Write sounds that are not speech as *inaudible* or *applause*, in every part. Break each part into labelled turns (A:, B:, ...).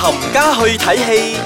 A: 冚家去睇戲，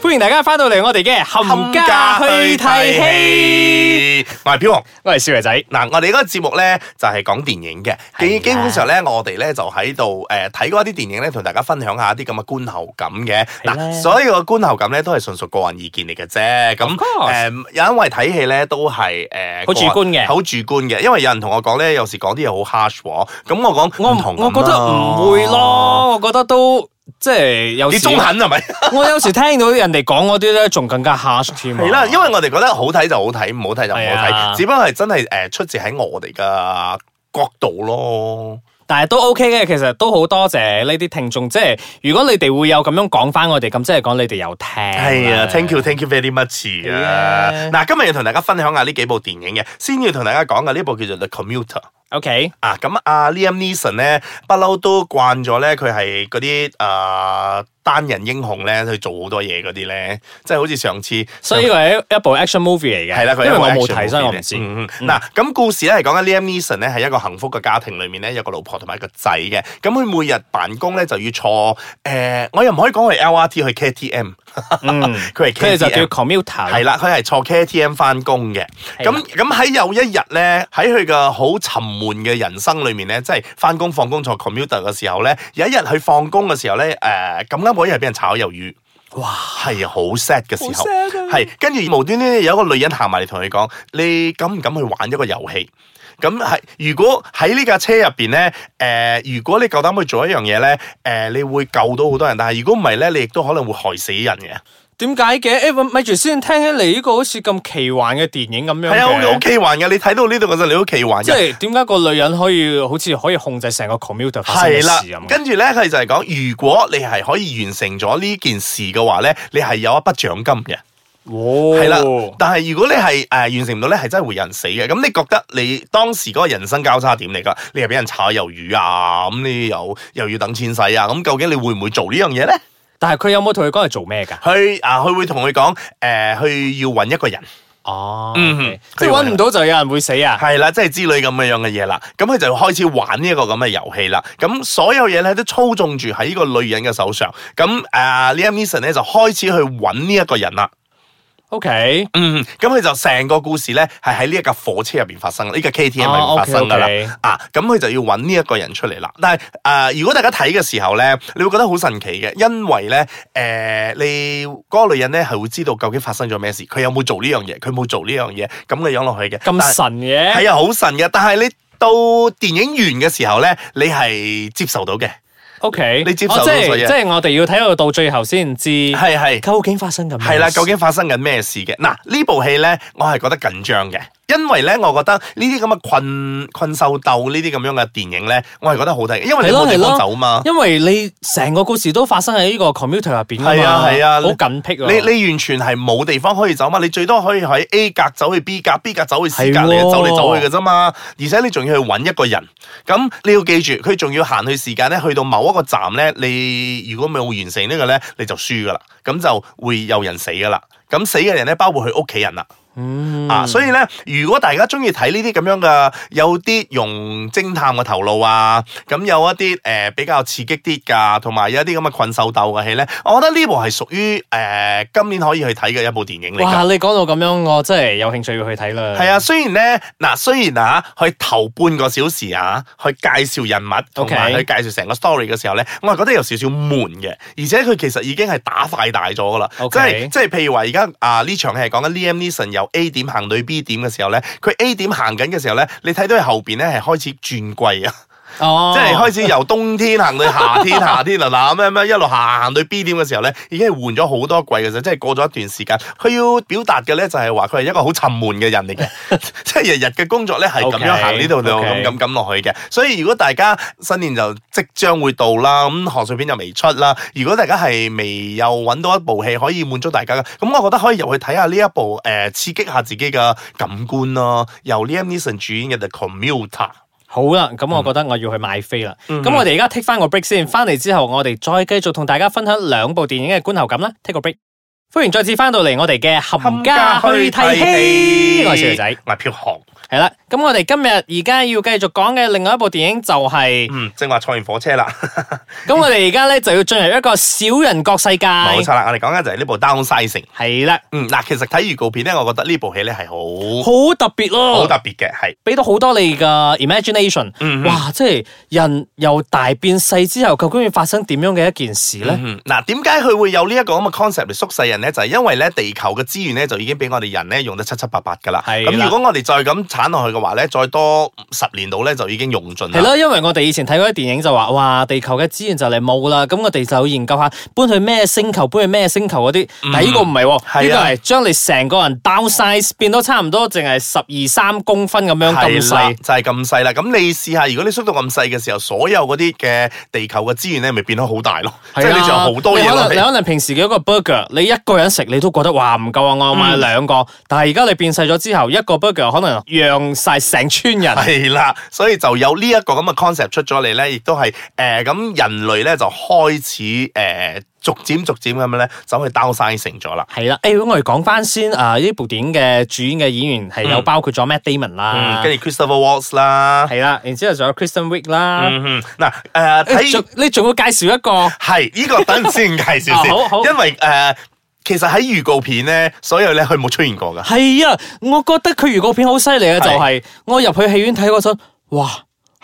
B: 歡迎大家翻到嚟我哋嘅冚家去睇戲，
C: 我係飄紅。
B: 我係少爺仔。
C: 嗱，我哋嗰個節目咧就係講電影嘅，
B: 係
C: 基
B: 啊
C: 基本上咧我哋咧就喺度誒睇過一啲電影咧，同大家分享下一啲咁嘅觀後感嘅。
B: 係啦
C: 嗱，所有嘅觀後感咧都係純屬個人意見嚟嘅啫。咁呃
B: Of course
C: 誒，因為睇戲咧都係誒
B: 好主觀嘅
C: 好主觀嘅。因為有人同我講咧，有時講啲嘢好 harsh 喎。咁我講
B: 我
C: 唔同
B: 我
C: 咁啊
B: 覺得唔會
C: 啦。
B: 咯，我覺得都即係有
C: 你
B: 時
C: 中肯係咪？
B: *laughs* 我有時聽到人哋講嗰啲咧，仲更加 harsh 添啊。
C: 係啦，因為我哋覺得好睇就好睇，唔好睇就唔好
B: 係啊
C: 睇，只不嗯過係真係誒出自喺我哋嘅角度咯。
B: 但係都 OK 嘅，其實都好多謝呢啲聽眾。即係如果你哋會有咁樣講翻我哋，咁即係講你哋有聽。
C: 係啊，thank you，thank you very much 啊！
B: Yeah
C: 嗱，今日要同大家分享下呢幾部電影嘅，先要同大家講嘅呢部叫做《The Commuter》。
B: OK，
C: 啊，咁啊 Liam Neeson 咧，不嬲都慣咗咧，佢係嗰啲誒單人英雄咧，去做好多嘢嗰啲咧，即係好似上次，
B: 所以佢係一部 action movie 嚟嘅。
C: 係啦，佢
B: 因為我冇
C: 一個 action
B: 睇，所以我唔
C: movie
B: 知。
C: 嗯嗯嗱，咁故事咧係講緊 Liam Neeson 咧係一個幸福嘅家庭裏面咧有個老婆同埋一個仔嘅，咁佢每日辦公咧就要坐誒、我又唔可以講佢係 LRT 去 KTM，
B: 嗯，
C: 佢
B: 佢
C: 係
B: 哋就
C: KTM
B: 叫 commuter。
C: 係啦，佢係坐 KTM 翻工嘅。
B: 係啦
C: 咁咁喺有一日咧，喺佢嘅好沉悶嘅人生裏面咧，即係翻工放工坐 commuter 嘅時候咧，有一日佢放工嘅時候咧，誒咁啱嗰日係俾人炒魷魚。哇，係啊好 sad 嘅時
B: 好
C: 候
B: sad 啊，
C: 係跟住無端端有一個女人行埋嚟同佢講：你敢唔敢去玩一個遊戲？咁係，如果喺呢架車入邊咧，誒、如果你夠膽去做一樣嘢咧，誒、你會救到好多人，但係如果唔係咧，你亦都可能會害死人嘅。
B: 點解嘅？誒、咪咪住先，聽起嚟呢個好似咁奇幻嘅電影咁樣
C: 係啊，好好
B: 嘅。
C: 奇幻嘅，你睇到呢度嗰陣，你好奇幻
B: 即
C: 嘅。
B: 係點解個女人可以好似可以控制成個 commuter 發生嘅
C: 係啦
B: 事咁，嘅？
C: 跟住咧，佢就係講，如果你係可以完成咗呢件事嘅話咧，你係有一筆獎金嘅，
B: 哦
C: 係
B: 係
C: 啦、但係如果你係誒、呃完成唔到咧，係真係會人死嘅。咁你覺得你當時嗰個人生交叉點嚟㗎？你係俾人炒魷魚啊，咁你又又要等錢使啊，咁究竟你會唔會做呢樣嘢咧？
B: 但係佢有冇同佢講係做咩㗎？
C: 佢啊，佢會同佢講誒，佢、要揾一個人。
B: 哦，
C: 嗯
B: OK
C: 佢
B: 即係
C: 話
B: 揾唔到就有人會死啊！
C: 係啦，即係之類咁樣樣嘅嘢啦。咁佢就開始玩呢一個咁嘅遊戲啦。咁所有嘢咧都操縱住喺呢個女人嘅手上。咁啊，Liam Neeson 咧就開始去揾呢一個人啦。
B: OK，
C: 嗯，咁佢就成個故事咧係喺呢一架火車入邊發生，呢架 KTM 入
B: 哦
C: 邊發生噶啦
B: OK，OK。
C: 啊，咁佢就要揾呢一個人出嚟啦。但係啊，如果大家睇嘅時候咧，你會覺得好神奇嘅，因為咧誒，你嗰個女人咧係會知道究竟發生咗咩事，佢有冇做呢樣嘢，佢冇做呢樣嘢，咁嘅樣落去嘅。但
B: 咁
C: 係
B: 神嘅，
C: 係啊，好神嘅。但係你到電影完嘅時候咧，你係接受到嘅，
B: ，OK，
C: 你接受
B: 哦即
C: 到所
B: 係
C: 以啊
B: 即係我哋要睇到到最後先知
C: 係係
B: 究竟發生緊咩
C: 係啦。
B: 事
C: 究竟發生緊咩事嘅？嗱，呢部戲咧，我係覺得緊張嘅，因為咧，我覺得呢啲咁嘅困困獸鬥呢啲咁樣嘅電影咧，我係覺得好睇嘅，因為
B: 係
C: 你
B: 咯
C: 冇地
B: 係咯
C: 方走嘛。
B: 因為你成個故事都發生喺呢個 commuter 入邊㗎嘛
C: 係啊係啊
B: 好緊迫啊！
C: 你你完全係冇地方可以走嘛，你最多可以喺 A 格走去 B 格，B 格走去 C 格，
B: 係
C: 你
B: 喎
C: 走嚟走去嘅啫嘛。而且你仲要去揾一個人，咁你要記住，佢仲要行去時間咧，去到某一個站咧，你如果冇完成呢個咧，你就輸噶啦，咁就會有人死噶啦。咁死嘅人咧，包括佢屋企人啦。
B: 嗯
C: 啊，所以咧，如果大家中意睇呢啲咁樣嘅，有啲用偵探嘅頭腦啊，咁有一啲誒、呃比較刺激啲㗎，同埋有一啲咁嘅困獸鬥嘅戲咧，我覺得呢部係屬於誒、呃今年可以去睇嘅一部電影嚟
B: 哇！
C: 㗎。
B: 你講到咁樣，我真係有興趣要去睇啦。
C: 係啊，雖然咧嗱，雖然啊，去頭半個小時啊，去介紹人物同
B: OK
C: 埋去介紹成個 story 嘅時候咧，我係覺得有少少悶嘅，而且佢其實已經係打快大咗㗎啦。
B: OK
C: 即係即係譬如話而家啊呢場戲係講緊 Liam Neeson 由 A 點行到去 B 點嘅時候咧，佢 A 點行緊嘅時候咧，你睇到佢後邊咧係開始轉季啊，
B: 哦，
C: 即係開始由冬天行到夏天，夏天嗱嗱 *laughs* 咩咩一路行行到 B 點嘅時候咧，已經係換咗好多季嘅啫，即係過咗一段時間。佢要表達嘅咧就係話佢係一個好沉悶嘅人
B: *laughs*
C: 嚟嘅，即係日日嘅工作咧係咁
B: OK，
C: 樣行呢度度
B: OK
C: 咁咁咁落去嘅。所以如果大家新年就即將會到啦，咁賀歲片就未出啦。如果大家係未有揾到一部戲可以滿足大家嘅，咁我覺得可以入去睇下呢一部誒、呃刺激下自己嘅感官咯。由 Liam Neeson 主演嘅 The Commuter。
B: 好啦，咁我覺得我要去買飛啦。
C: 嗯
B: 咁、我哋而家 take 翻個 break 先，翻嚟之後我哋再繼續同大家分享兩部電影嘅觀後感啦。take 個 break，歡迎再次翻到嚟我哋嘅冚家去睇戲，我係小肥仔。
C: 我係飄航。
B: 系啦，咁我哋今日而家要繼續講嘅另外一部電影就係，
C: 嗯，正話坐完火車啦，
B: 咁我哋而家咧就要進入一個小人國世界，
C: *laughs* 冇錯啦，我哋講緊就係呢部 Downsizing。
B: 係啦，
C: 嗯，嗱，其實睇預告片咧，我覺得呢部戲咧係好
B: 好特別咯，
C: 好特別嘅，係。
B: 俾到好多你嘅 imagination，、
C: 嗯
B: 哇！即係人由大變細之後，究竟會發生點樣嘅一件事咧？
C: 嗯嗱，點解佢會有呢一個咁嘅 concept 嚟縮細人咧？就係、因為咧地球嘅資源咧就已經俾我哋人咧用得七七八八㗎啦。
B: 係
C: 咁
B: 啦
C: 如果我哋再咁鏟落去嘅話咧，再多十年度咧就已經用盡
B: 係
C: 啦。
B: 咯，因為我哋以前睇嗰啲電影就話，哇，地球嘅資源就嚟冇啦，咁我哋就研究下搬去咩星球，搬去咩星球嗰啲。但係呢個唔係喎，呢
C: 嗯係
B: 個
C: 啊
B: 係將你成個人 downsize 變到差唔多淨係十二三公分咁樣咁
C: 係啦
B: 細。啊
C: 就係咁細啦。咁你試下，如果你縮到咁細嘅時候，所有嗰啲嘅地球嘅資源咧，咪變得好大咯。即係你仲有好多嘢
B: 啊你可
C: 咯。
B: 能你可能平時嘅一個 burger，你一個人食你都覺得哇唔夠啊，我要買兩個。但係而家你變細咗之後，一個 burger 可能讓晒成村人。
C: 係啦，所以就有呢一個咁嘅 concept 出咗嚟咧，亦都係誒咁人類咧就開始誒、呃逐漸逐漸咁樣咧走去 downsizing 咗啦。
B: 係啦，誒、咁我哋講翻先啊！呢部電影嘅主演嘅演員係有
C: 嗯
B: 包括咗 Matt Damon 啦
C: 嗯，，跟住 Christopher Waltz 啦，
B: 啊係啦，然之後仲有 Kristen Wiig 啦，
C: 嗯哎哼，嗱誒
B: 誒
C: 睇
B: 仲你仲要介紹一個
C: 係呢個等陣先介紹
B: *laughs* 啊
C: 先，
B: 好好
C: 因為誒、呃其實喺預告片咧，所有咧佢冇出現過㗎。
B: 係啊！我覺得佢預告片好犀利嘅就係、我入去戲院睇嗰陣，哇，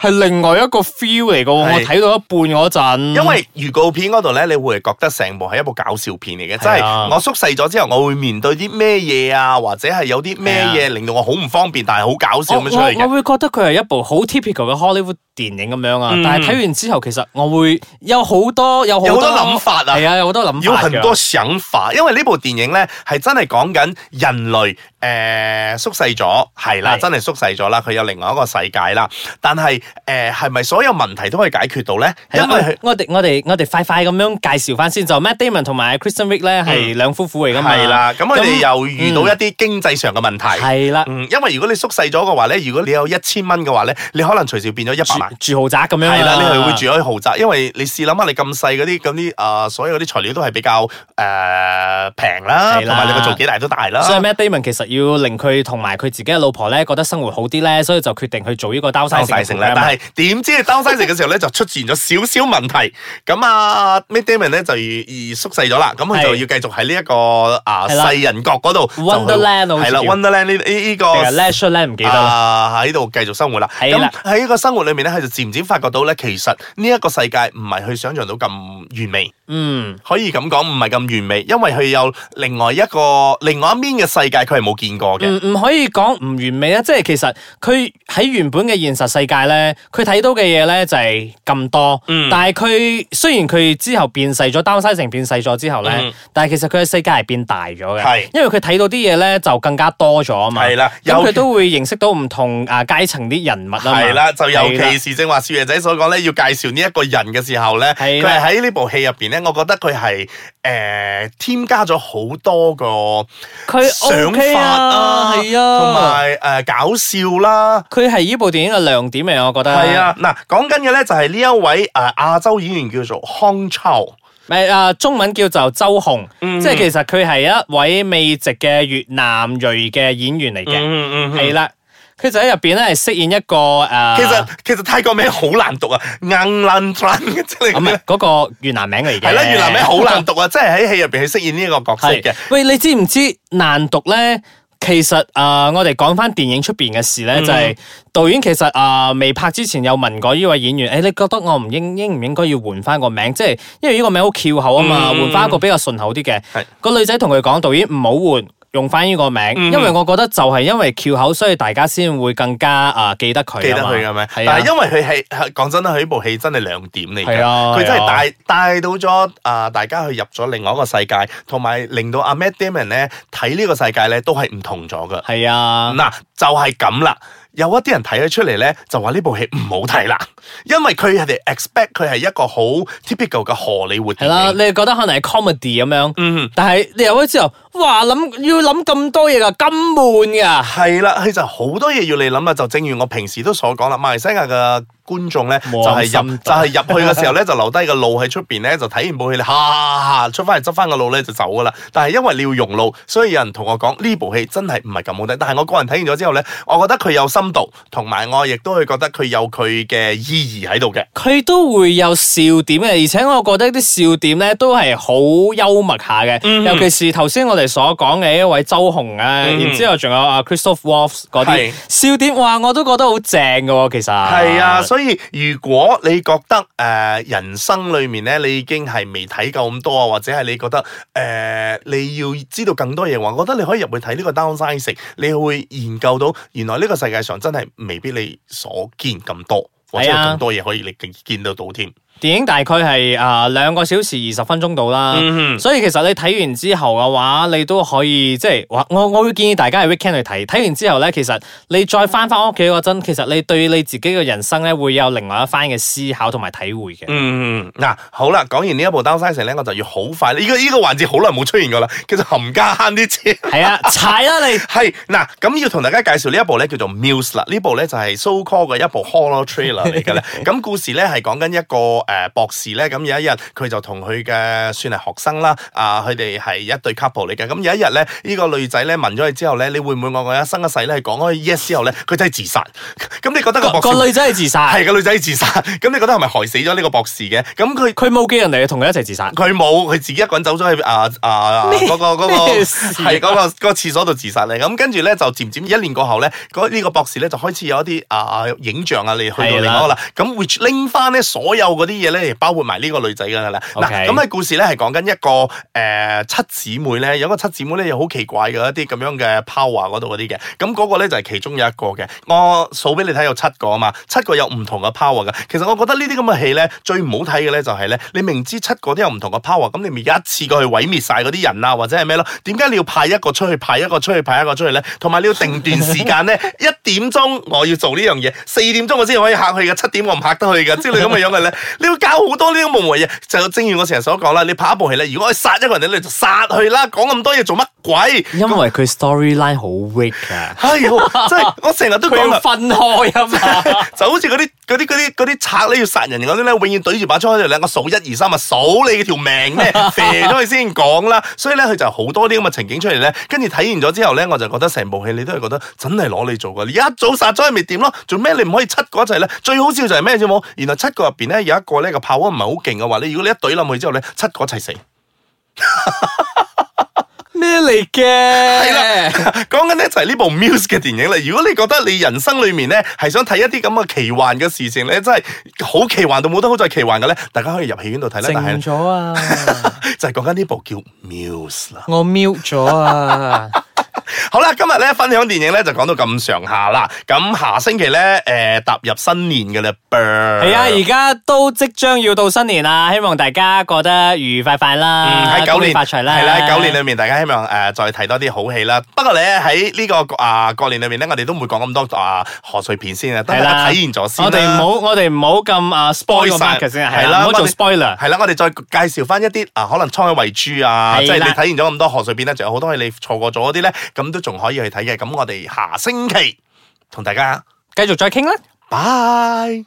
B: 係另外一個 feel 嚟嘅喎！我
C: 係
B: 睇到一半嗰陣，
C: 因為預告片嗰度咧，你會覺得成部係一部搞笑片嚟嘅，即
B: 係
C: 係
B: 啊
C: 我縮細咗之後，我會面對啲咩嘢啊，或者係有啲咩
B: 係啊
C: 嘢令到我好唔方便，但係好搞笑
B: 我
C: 咁樣出嚟
B: 我我
C: 嘅。
B: 會覺得佢係一部好 typical 嘅 Hollywood 電影咁樣啊，
C: 嗯
B: 但係睇完之後，其實我會有好多有好
C: 有好多諗法啊
B: 係啊，有好多諗
C: 有
B: 法
C: 很
B: 㗎
C: 多想法，因為呢部電影咧係真係講緊人類誒縮細咗，係啦，
B: 係
C: 真係縮細咗啦，佢有另外一個世界啦。但係誒係咪所有問題都可以解決到咧？
B: 係
C: 因
B: 啦
C: 為
B: 我我哋我哋我哋快快咁樣介紹翻先，就 Matt Damon 同埋 Kristen Wiig 咧係兩夫婦嚟噶嘛，
C: 嗯係啦，咁佢哋又遇到
B: 嗯
C: 一啲經濟上嘅問題。
B: 係啦，
C: 嗯，因為如果你縮細咗嘅話咧，如果你有一千蚊嘅話咧，你可能隨時變咗一百萬。
B: 住住豪宅咁樣啊
C: 嗯係啦，你係會住喺豪宅，因為你試諗下，你咁細嗰啲咁啲啊，所有嗰啲材料都係比較誒平啦，
B: 係啦
C: 同埋你個做幾大都大啦。
B: 所以 Matt Damon 其實要令佢同埋佢自己嘅老婆咧覺得生活好啲咧，所以就決定去做呢個 d o w
C: 收晒成啦，但係點知你兜晒成嘅時候咧，就出現咗少少問題。咁啊，Matt Damon 咧就而縮細咗啦，咁佢就要
B: 係
C: 繼續喺呢一個啊
B: 係啦
C: 細人國嗰度
B: Wonderland 好似
C: 係啦
B: 叫
C: ，Wonderland 呢呢呢個
B: 定係 l a s h e r 咧唔記得啦，
C: 啊喺度繼續生活啦。
B: 係啦
C: 咁喺呢個生活裏面咧，佢就漸漸發覺到咧，其實呢一個世界唔係佢想象到咁完美，
B: 嗯，
C: 可以咁講唔係咁完美，因為佢有另外一個另外一面嘅世界，佢係冇見過
B: 唔
C: 嘅。
B: 唔可以講唔完美啊，即係其實佢喺原本嘅現實世界咧，佢睇到嘅嘢咧就係咁多，
C: 嗯
B: 但係佢雖然佢之後變細咗 d o w 成變細咗之後咧，
C: 嗯
B: 但係其實佢嘅世界係變大咗嘅，
C: 係
B: 因為佢睇到啲嘢咧就更加多咗啊嘛，
C: 係啦
B: 咁
C: 尤
B: 佢
C: 其
B: 都會認識到唔同啊階層啲人物啊嘛，
C: 係啦，就尤
B: 係啦
C: 其是正話少爺仔所講咧，要介紹呢一個人嘅時候咧，
B: 係
C: 佢
B: 啦
C: 係喺呢部戲入邊咧，我覺得佢係誒添加咗好多個
B: 佢
C: 想
B: OK
C: 法
B: 啊，
C: 啊，
B: 係啊，
C: 同埋誒呃搞笑啦。
B: 佢係呢部電影嘅亮點嚟，我覺得
C: 係，啊，嗱，講緊嘅咧就係呢一位誒亞洲演員叫做康秋，
B: 咪啊中文叫做周紅，
C: 嗯
B: 即係其實佢係一位美籍嘅越南裔嘅演員嚟嘅，
C: 嗯
B: 係啦、佢就喺入邊咧係飾演一個誒，呃
C: 其實其實泰國名好難讀啊，硬爛爛嘅即係
B: 唔係嗰個越南名嚟嘅，
C: 係啦，越南名好難讀啊，即係喺戲入邊去飾演呢個角色
B: 係
C: 嘅。
B: 喂，你知唔知難讀咧？其實啊、呃我哋講翻電影出邊嘅事咧，
C: 嗯
B: 就係導演其實啊、呃未拍之前有問過呢位演員，誒、你覺得我唔應應唔應該要換翻個名？即係因為呢個名好翹口啊嘛，
C: 嗯
B: 換翻一個比較順口啲嘅
C: 係。
B: 個女仔同佢講，導演唔好換。用翻呢個名，
C: 嗯
B: 因為我覺得就係因為翹口，所以大家先會更加啊、呃、記得佢
C: 記得
B: 啊嘛
C: 佢嘅咩？
B: 係
C: 但
B: 啊
C: 係，因為佢係講真啦，佢呢部戲真係亮點嚟嘅，
B: 係啊
C: 佢真
B: 係啊
C: 係帶帶到咗啊、大家去入咗另外一個世界，同埋令到阿 Matt Damon 咧睇呢個世界咧都係唔同咗噶。
B: 係啊，
C: 嗱、就係咁啦。有一啲人睇咗出嚟咧，就話呢部戲唔好睇啦，因為佢哋 expect 佢係一個好 typical 嘅荷里活電
B: 係啦，
C: 影。
B: 你覺得可能係 comedy 咁樣，
C: 嗯，
B: 但係你入咗之後，哇諗要諗咁多嘢㗎，咁悶㗎。
C: 啊係啦，佢就好多嘢要你諗啦。就正如我平時都所講啦，馬來西亞嘅觀眾咧就
B: 冇咁
C: 係入
B: 心
C: 就
B: 大
C: 係入去嘅時候咧就留低個路喺出邊咧，就睇完部戲你哈哈哈出翻嚟執翻個路咧就走噶啦。但係因為你要用路，所以有人同我講呢部戲真係唔係咁好睇。但係我個人睇完咗之後咧，我覺得佢有深度，同埋我亦都會覺得佢有佢嘅意義喺度嘅。
B: 佢都會有笑點嘅，而且我覺得啲笑點咧都係好幽默下嘅，
C: 嗯
B: 尤其是頭先我哋所講嘅一位周紅啊，
C: 嗯
B: 然之後仲有啊 Christoph Waltz 嗰
C: 係
B: 啲笑點，哇！我都覺得好正嘅喎，其實
C: 係啊，所以如果你覺得誒、呃人生裏面咧，你已經係未睇夠咁多啊，或者係你覺得誒、呃你要知道更多嘢嘅話，我覺得你可以入去睇呢個 downsizing，你會研究到原來呢個世界上真係未必你所見咁多，或者
B: 係啊
C: 係更多嘢可以你見見得到添。
B: 電影大概係啊兩個小時二十分鐘到啦。
C: 嗯
B: 所以其實你睇完之後嘅話，你都可以即係話我我會建議大家喺 weekend 去睇。睇完之後咧，其實你再翻翻屋企嗰陣，其實你對你自己嘅人生咧會有另外一番嘅思考同埋體會嘅。
C: 嗯，嗱、好啦，講完呢一部 downsizing 咧，我就要好快，呢、個呢、個環節好耐冇出現噶啦，叫做冚家慳啲錢。
B: 係啊，踩啦
C: *laughs*
B: 你！
C: 係嗱，咁要同大家介紹呢一部咧叫做 Muse 啦，呢部咧就係 So Call 嘅一部 horror trailer
B: *laughs*
C: 嚟嘅咧。咁故事咧係講緊一個誒、呃博士咧，咁有一日佢就同佢嘅算係學生啦，啊佢哋係一對 couple 嚟嘅。咁有一日咧，呢、個女仔咧問咗佢之後咧，你會唔會愛我一生一世咧？係講開 yes 之後咧，佢真係自殺。咁你覺得個
B: 個
C: 博士
B: 個女仔係自殺，
C: 係個女仔自殺？咁你覺得係咪害死咗呢個博士嘅？咁佢
B: 佢冇叫人嚟同佢一齊自殺。
C: 佢冇，佢自己一個人走咗去啊啊啊嗰個嗰
B: *laughs*
C: 個
B: 咩事啊
C: 係嗰個嗰個廁所度自殺嚟。咁跟住咧就漸漸一年過後咧，嗰呢個博士咧就開始有一啲啊啊影像啊，你去到
B: 係啦
C: 另外一個啦。咁 which 拎翻咧所有嗰啲嘢咧，包括埋呢個女仔㗎啦。嗱，
B: OK
C: 咁喺故事咧係講緊一個誒七姊妹咧，有個七姊妹咧又好奇怪嘅一啲咁樣嘅 power 嗰度嗰啲嘅。咁嗰個咧就係其中有一個嘅。我數俾你睇有七個啊嘛，七個有唔同嘅 power 嘅。其實我覺得呢啲咁嘅戲咧，最唔好睇嘅咧就係咧，你明知七個都有唔同嘅 power，咁你咪一次過去毀滅晒嗰啲人啊，或者係咩咯？點解你要派一個出去，派一個出去，派一個出去咧？同埋你要定段時間咧，一點鐘我要做呢樣嘢，四點鐘我先可以嚇佢嘅，七點我唔嚇得佢嘅，之類咁嘅樣嘅咧，你要搞好多呢啲無謂嘢。就正如我成日所講啦，你拍一部戲咧，如果我殺一個人咧，你就殺佢啦，講咁多嘢做乜鬼？
B: 因為佢 storyline 好 weak 啊噶，
C: 哎呦，真係我成日都
B: 佢
C: 講啦
B: 要。分開啊
C: *laughs*
B: 嘛。
C: 就好似嗰啲嗰啲嗰啲嗰啲賊咧要殺人嗰啲咧，永遠懟住把槍喺度咧，我數一二三啊，數你條命咧，射咗佢先講啦。所以咧，佢就好多啲咁嘅情景出嚟咧。跟住睇完咗之後咧，我就覺得成部戲你都係覺得真係攞你做㗎。你一早殺咗佢咪掂咯？做咩你唔可以七個一齊咧？最好笑就係咩啫冇？原來七個入邊咧有一個咧個炮火唔係好勁嘅話咧，如果你一懟冧佢之後咧，七個一齊死。
B: 咩嚟嘅？
C: *laughs* 講緊咧就係呢部 Muse 嘅電影啦。如果你覺得你人生裏面咧係想睇一啲咁嘅奇幻嘅事情咧，真係好奇幻到冇得好再奇幻嘅咧，大家可以入戲院度睇啦。但係
B: 靜咗啊！
C: *laughs* 就係講緊呢部叫 Muse 啦。
B: *laughs* 我 mute 咗啊！
C: 好啦，今日咧分享電影咧就講到咁上下啦。咁下星期咧誒、呃踏入新年嘅啦噃。
B: 係啊，而家都即將要到新年啦，希望大家過得愉愉快快
C: 嗯
B: 啦，
C: 喺
B: 啊
C: 九
B: 恭喜
C: 年
B: 發財啦，
C: 係啦，喺九年裏面，大家希望誒、呃再睇多啲好戲啦。不過咧喺呢個啊、過年裏面咧，我哋都唔會講咁多啊賀歲片先啊，等
B: 係
C: 大
B: 啦，
C: 家體驗咗先啦
B: 我哋唔好，我哋唔好咁啊 spoil 個 market 先啊，係
C: 係
B: 啦，唔
C: 啦
B: 好做
C: 我哋
B: spoiler。
C: 係啦，我哋再介紹翻一啲啊，可能《滄海遺珠》啊，
B: 係啦
C: 即係你睇完咗咁多賀歲片咧，仲有好多嘢你錯過咗嗰啲咧，咁都仲可以去睇嘅。咁我哋下星期同大家
B: 繼續再傾啦。
C: 拜。